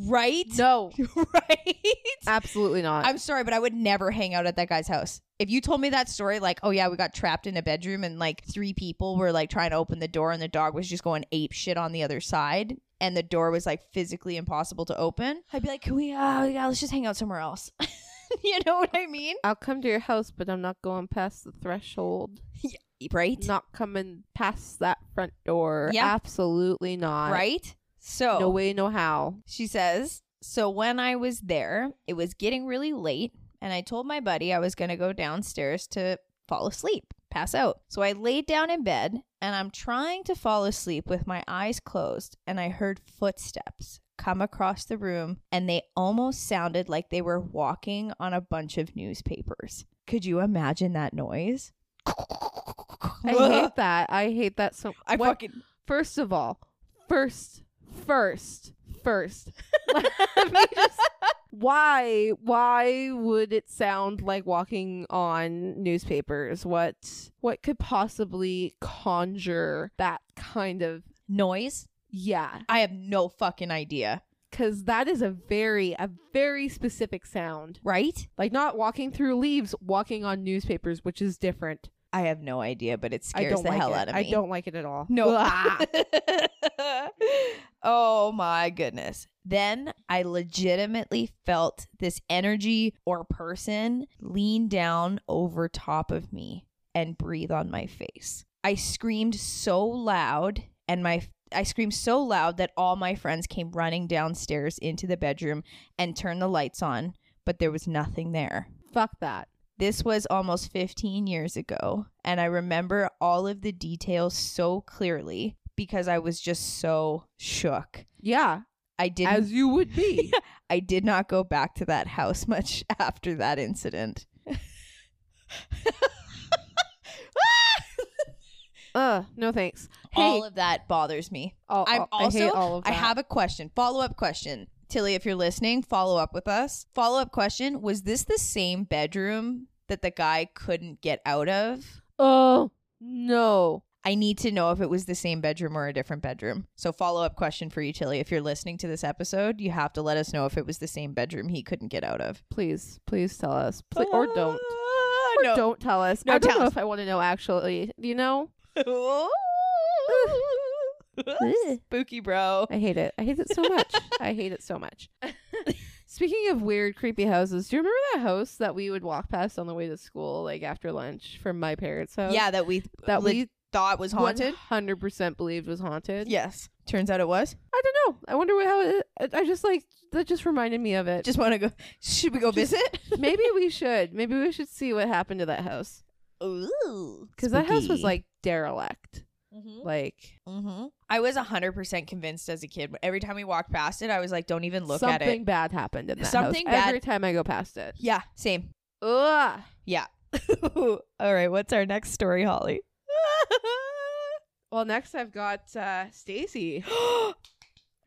Right?
No,
*laughs* right?
absolutely not.
I'm sorry, but I would never hang out at that guy's house. If you told me that story, like, oh yeah, we got trapped in a bedroom and like three people were like trying to open the door and the dog was just going ape shit on the other side and the door was like physically impossible to open, I'd be like, can we, uh, yeah, let's just hang out somewhere else. *laughs* you know what I mean?
I'll come to your house, but I'm not going past the threshold.
Right?
Not coming past that front door.
Yeah.
Absolutely not.
right? So,
No way, no how.
She says, So when I was there, it was getting really late, and I told my buddy I was going to go downstairs to fall asleep, pass out. So I laid down in bed, and I'm trying to fall asleep with my eyes closed, and I heard footsteps come across the room, and they almost sounded like they were walking on a bunch of newspapers. Could you imagine that noise?
*laughs* I hate that. I hate that so
I
what-
fucking
First of all, first, first,
*laughs*
first. *laughs* Let me just- why? Why would it sound like walking on newspapers? What? What could possibly conjure that kind of?
noise.
Yeah,
I have no fucking idea,
because that is a very, a very specific sound.
right?
Like not walking through leaves, walking on newspapers, which is different.
I have no idea, but it scares
I don't
the
like
hell
it.
out of
I
me. *laughs*
don't Ah. like it at all. Ah.
No. *laughs* oh my goodness. Then I legitimately felt this energy or person lean down over top of me and breathe on my face. I screamed so loud and my I screamed so loud that all my friends came running downstairs into the bedroom and turned the lights on, but there was nothing there.
*laughs* Fuck that.
This was almost 15 years ago, and I remember all of the details so clearly because I was just so shook.
Yeah,
I didn't
as you would
*laughs*
be.
I did not go back to that house much *laughs* after that incident.
Uh, no thanks. Hey,
all of that bothers me.
all,
I'm
all- I hate
also-
all of
I
that.
have a question, follow-up question. Tilly, if you're listening, follow up with us. Follow-up question, was this the same bedroom that the guy couldn't get out of?
Oh no!
I need to know if it was the same bedroom or a different bedroom. So, follow up question for you, Tilly. If you're listening to this episode, you have to let us know if it was the same bedroom he couldn't get out of.
Please, please tell us, Pl- or don't,
Ah,
or
Uh, no.
don't tell us.
No,
I don't
tell
know
us.
if I want to know. Actually, you know,
*laughs* Spooky, bro.
I hate it. I hate it
*laughs*
so much. I hate it so much. *laughs* Speaking of weird, creepy houses, do you remember that house that we would walk past on the way to school, like after lunch, from my parents' house?
Yeah, that we
that
leg-
we
thought was haunted.
hundred percent believed was haunted.
Yes. Turns out it was.
I don't know. I wonder what, how it. I- I just like that. Just reminded me of it.
Just want to go. Should we go
Just-
visit?
*laughs* maybe we should. Maybe we should see what happened to that house.
Ooh.
because that house was like derelict. Like
Mm-hmm. I was 100% convinced as a kid. Every time we walked past it, I was like, don't even look
something
at it.
bad happened in that
Something
house
bad-
every time I go past it.
Yeah, same.
Ugh.
*laughs* All right, what's our next story, Holly?
*laughs* Well, next I've got uh, Stacy. *gasps*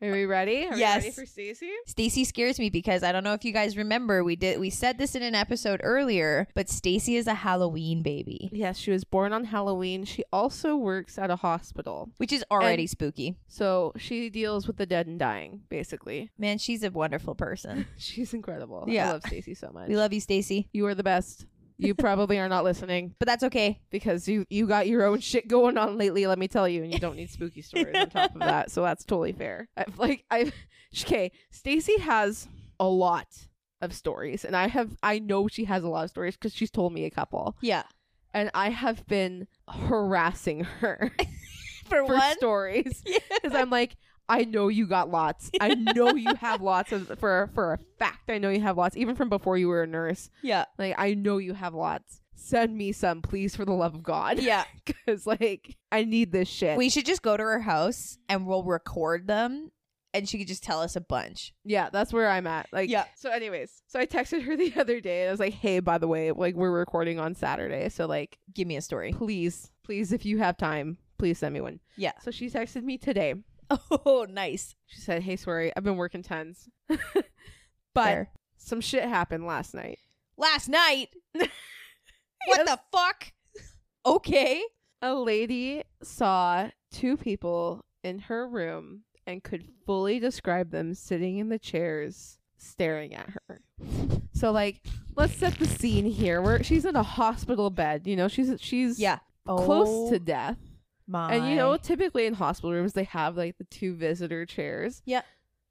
Are we ready? Are
Yes.
We ready for Stacey?
Stacy scares me because I don't know if you guys remember we did we said this in an episode earlier, but Stacy is a Halloween baby,
Yes, she was born on Halloween. She also works at a hospital.
which is already spooky.
So she deals with the dead and dying, basically.
Man, she's a wonderful person.
She's incredible.
Yeah.
I love Stacey so
*laughs*
much.
We love you, Stacy,
*laughs* you are the best. You probably are not listening
but that's okay.
because you you got your own shit going on lately, let me tell you, and you don't need spooky stories on top of that. So that's totally fair. I, like I *laughs* okay, Stacey has a lot of stories and I have I know she has a lot of stories cuz she's told me a couple.
Yeah,
And I have been harassing her
*laughs*
*laughs*
for,
for
one,
stories
Yeah.
because I'm like, I know you got lots. I know you have lots of for for a fact. I know you have lots, even from before you were a nurse.
yeah,
Like I know you have lots. Send me some, please, for the love of God,
yeah.
*laughs* because like I need this
*laughs*
shit.
We should just go to her house and we'll record them, and she could just tell us a bunch.
yeah, that's where I'm at. Like,
Yeah.
So, anyways, so I texted her *laughs* the other day and I was like, hey, by the way, like we're recording on Saturday, so like
Give me a story.
please, please, if you have time, please send me one.
Yeah.
So she texted me today.
*laughs* Oh, nice.
She said, hey, sorry, I've been working tons, but
Fair.
some shit happened last night.
last *laughs* night. what the fuck? Okay.
a lady saw two people in her room and could fully describe them sitting in the chairs staring at her. So like, let's set the scene here. Where she's in a hospital bed, you know, she's she's
Yeah. Oh
close to death.
my.
Oh And you know, typically in hospital rooms they have like the two visitor chairs.
Yeah.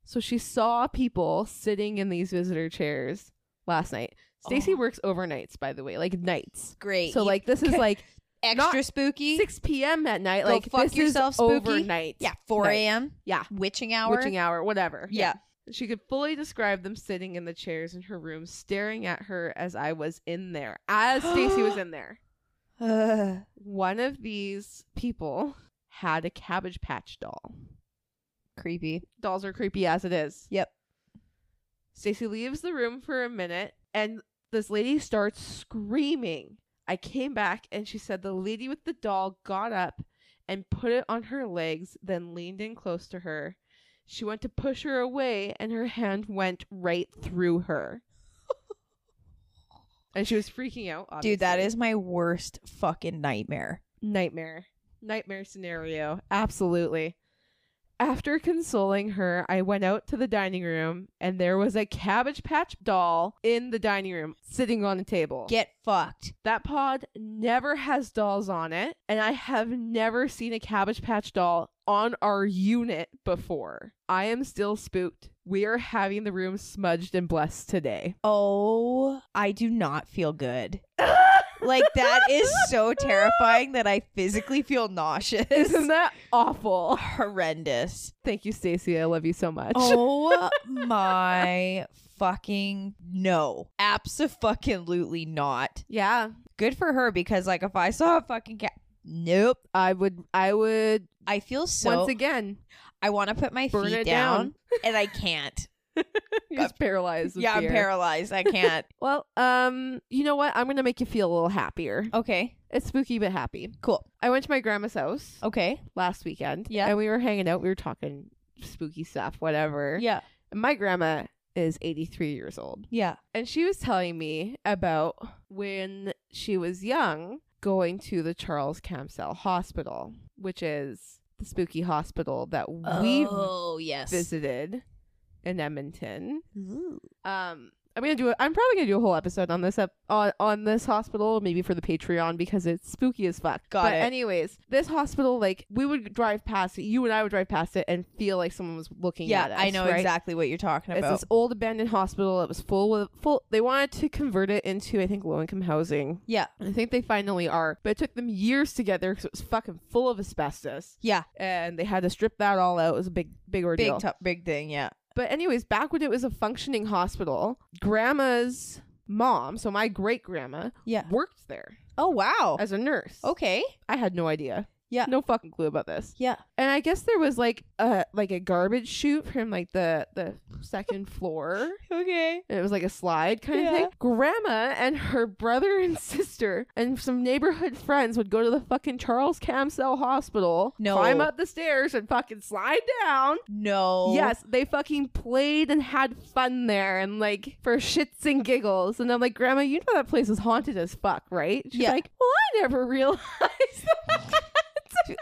So she saw people sitting in these visitor chairs last night. Stacy
Oh.
works overnights, by the way, like nights.
great.
So
You-
like this is
Okay.
like
extra spooky.
6 p.m. at night.
Go
like
fuck
this
yourself,
is
spooky.
overnight.
yeah, four
night.
a.m.
Yeah.
witching hour.
witching hour, whatever.
Yeah.
She could fully describe them sitting in the chairs in her room, staring at her as I was in there, as
*gasps*
Stacy was in there.
Ugh.
One of these people had a Cabbage Patch doll.
*sighs* creepy.
Dolls are creepy as it is.
Yep.
Stacy leaves the room for a minute, and this lady starts screaming. I came back, and she said the lady with the doll got up and put it on her legs, then leaned in close to her. She went to push her away, and her hand went right
*laughs*
through her. and she was freaking out. Obviously.
Dude, that is my worst fucking nightmare.
nightmare. Nightmare scenario. Absolutely. After consoling her, I went out to the dining room and there was a Cabbage Patch doll in the dining room sitting on a table.
Get fucked.
that pod never has dolls on it, and I have never seen a Cabbage Patch doll on our unit before. I am still spooked. We are having the room smudged and blessed today.
Oh, I do not feel good. *laughs* Like that
*laughs*
is so terrifying that I physically feel nauseous.
Isn't that awful?
Horrendous.
*laughs* Thank you, Stacey. I love you so much.
Oh my fucking no. Absolutely not.
*laughs* yeah.
Good for her because like if I saw a fucking cat Nope.
I would I would
I feel so *laughs*
once again *laughs*
I want to put my
burn
feet
it
down,
down. *laughs*
and I can't.
You're just paralyzed. with
yeah,
fear.
I'm paralyzed. I
*laughs*
can't.
Well, um, you know what? I'm gonna make you feel a little happier.
okay.
It's spooky but happy.
Cool.
I went to my grandma's house
Okay.
last weekend.
Oh. Yeah.
and we were hanging out. We were talking spooky stuff, whatever.
Yeah.
And my grandma is 83 years old,
Yeah.
and she was telling me about when she was young going to the Charles Campbell Hospital, which is the spooky hospital that we
oh yes.
visited in Edmonton.
Ooh.
Um, I'm gonna do. A, I'm probably gonna do a whole episode on this up on, on this hospital, maybe for the Patreon because it's spooky as fuck.
Got
but
it.
anyways, this hospital, like we would drive past it, you and I would drive past it and feel like someone was looking
Yeah,
at us.
I know
right?
exactly what you're talking
It's
about.
this old abandoned hospital. It was full with full. They wanted to convert it into, I think, low income housing.
yeah.
I think they finally are, but it took them years to get there because it was fucking full of asbestos,
Yeah.
and they had to strip that all out. It was a big, big ordeal.
Big t- big thing, yeah.
But anyways, back when it was a functioning hospital, grandma's mom, so my great grandma,
Yeah.
worked there
Oh wow.
as a nurse.
Okay.
I had no idea.
Yeah.
No fucking clue about this.
Yeah.
And I guess there was like a like a garbage chute from like the the
*laughs*
second floor.
Okay.
And it was like a slide kind of
Yeah.
thing. Grandma and her brother and sister and some neighborhood friends would go to the fucking Charles Camsell Hospital,
No.
climb up the stairs and fucking slide down.
No.
*laughs* Yes, they fucking played and had fun there and like for shits and giggles. And I'm like, Grandma, you know that place is haunted as fuck, right? She's
Yeah.
like, Well, I never *laughs* realized
*laughs*
that.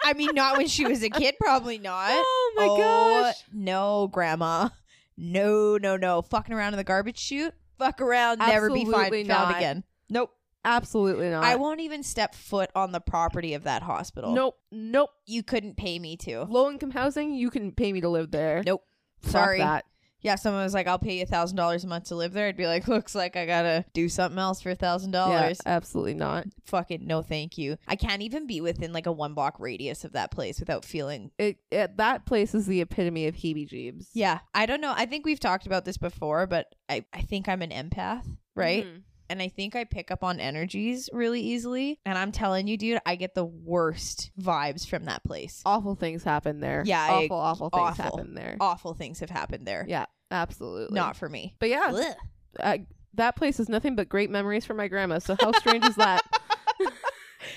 I mean, not when she was a kid, probably not.
oh my gosh.
No, grandma. No, no, no. Fucking around in the garbage chute. Fuck around. never be
Absolutely
find, found
not.
again. Nope.
Absolutely not.
I won't even step foot on the property of that hospital.
Nope. Nope.
You couldn't pay me to.
Low income housing, you can pay me to live there.
Nope.
Fuck
Sorry.
that.
Yeah, someone was like, I'll pay you thousand dollars a month to live there. I'd be like, *laughs* looks like I gotta do something else for thousand
Yeah,
dollars.
absolutely not.
Fucking no thank you. I can't even be within like a one block radius of that place without feeling
It, it that place is the epitome of heebie jeebs.
Yeah. I don't know. I think we've talked about this before, but I, I think I'm an empath, right?
Mm-hmm.
and I think I pick up on energies really easily. And I'm telling you, dude, I get the worst vibes from that place.
Awful things happen there.
Yeah, I-
Awful, awful things
awful.
happen there.
Awful things have happened there.
Yeah. Absolutely.
Not for me.
But yeah,
Ugh.
uh, that place is nothing but great memories for my grandma. So how strange is that?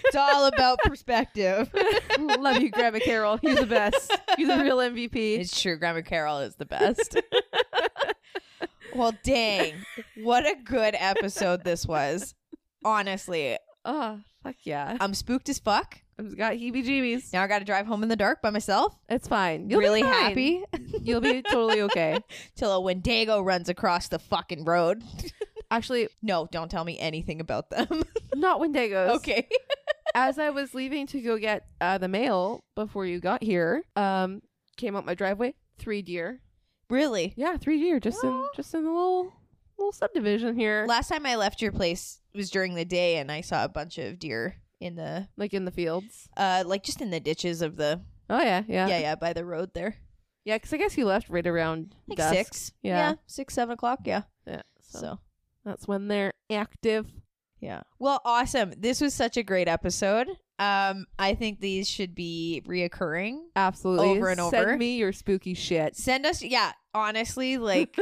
It's all *laughs* about perspective.
*laughs* Love you, Grandma Carol. You're the best. You're the real MVP.
It's true. Grandma Carol is the best. *laughs* well, dang. What a good episode this was. Honestly,
Oh, fuck yeah.
I'm spooked as fuck.
I've got heebie-jeebies.
Now I got to drive home in the dark by myself.
It's fine. You'll
really
be fine.
happy
You'll be totally *laughs* okay.
till a Wendigo runs across the fucking road.
Actually,
no, don't tell me anything about them. *laughs*
not Wendigos.
okay.
As I was leaving to go get uh, the mail before you got here, um, came out my driveway. Three deer.
Really?
Yeah, three deer. Just in
Well.
just in the little little subdivision here,
Last time I left your place was during the day, and I saw a bunch of deer in the,
like in the fields.
uh, like just in the ditches of the,
Oh yeah, yeah,
yeah, yeah, by the road there.
yeah. Because I guess you left right around
Like
dusk.
six.
Yeah.
Six, seven o'clock. Yeah.
Yeah.
So.
That's when they're active.
yeah. Well, awesome. This was such a great episode. Um, I think these should be reoccurring.
Absolutely.
Over and over.
Send me your spooky shit.
Send us, yeah, honestly,
*laughs*
like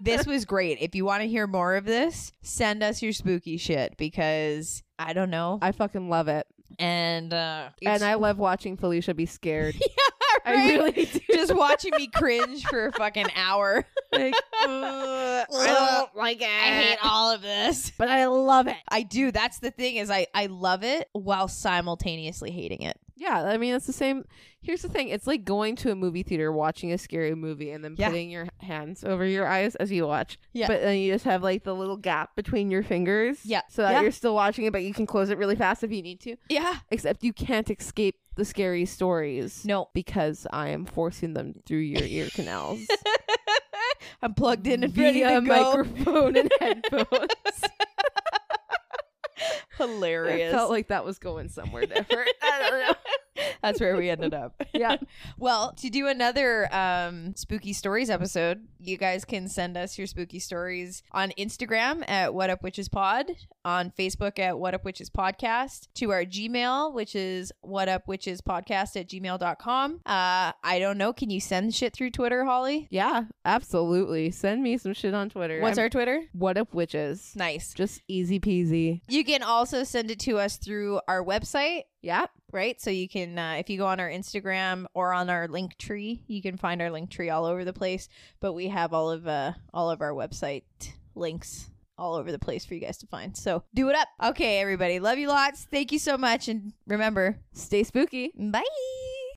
this was great. If you want to hear more of this, send us your spooky shit because I don't know.
I fucking love it.
And, uh, it's-
and I love watching Felicia be scared.
*laughs* yeah,
I
right?
really *laughs* do.
just watching me cringe for a fucking hour.
*laughs* Like,
Uh, I
like it.
I hate all of this.
but I love it.
eh. I do. That's the thing is I I love it while simultaneously hating it.
Yeah, I mean it's the same. Here's the thing: it's like going to a movie theater, watching a scary movie, and then
Yeah.
putting your hands over your eyes as you watch.
Yeah.
But then you just have like the little gap between your fingers.
Yeah.
So that
Yeah.
you're still watching it, but you can close it really fast if you need to.
Yeah.
Except you can't escape the scary stories.
No.
because I am forcing them through your ear canals
I'm *laughs* plugged in and ready
via
to go.
microphone
*laughs*
and headphones. I
Hilarious. *laughs*
felt like that was going somewhere different. I don't know.
That's where we ended up.
Yeah,
Well, to do another um, spooky stories episode, you guys can send us your spooky stories on Instagram at What Up Witches Pod, on Facebook at What Up Witches Podcast, to our Gmail, which is What Up Witches Podcast at gmail.com. Uh, I don't know. Can you send shit through Twitter, Holly?
yeah, absolutely. Send me some shit on Twitter.
What's
I'm-
our Twitter?
what up, witches?
Nice.
Just easy peasy.
You can also send it to us through our website.
Yeah,
Right. So you can, uh, if you go on our Instagram or on our link tree, you can find our link tree all over the place. But we have all of uh, all of our website links all over the place for you guys to find. So do it up. Okay, everybody. Love you lots. Thank you so much. And remember,
stay spooky.
bye.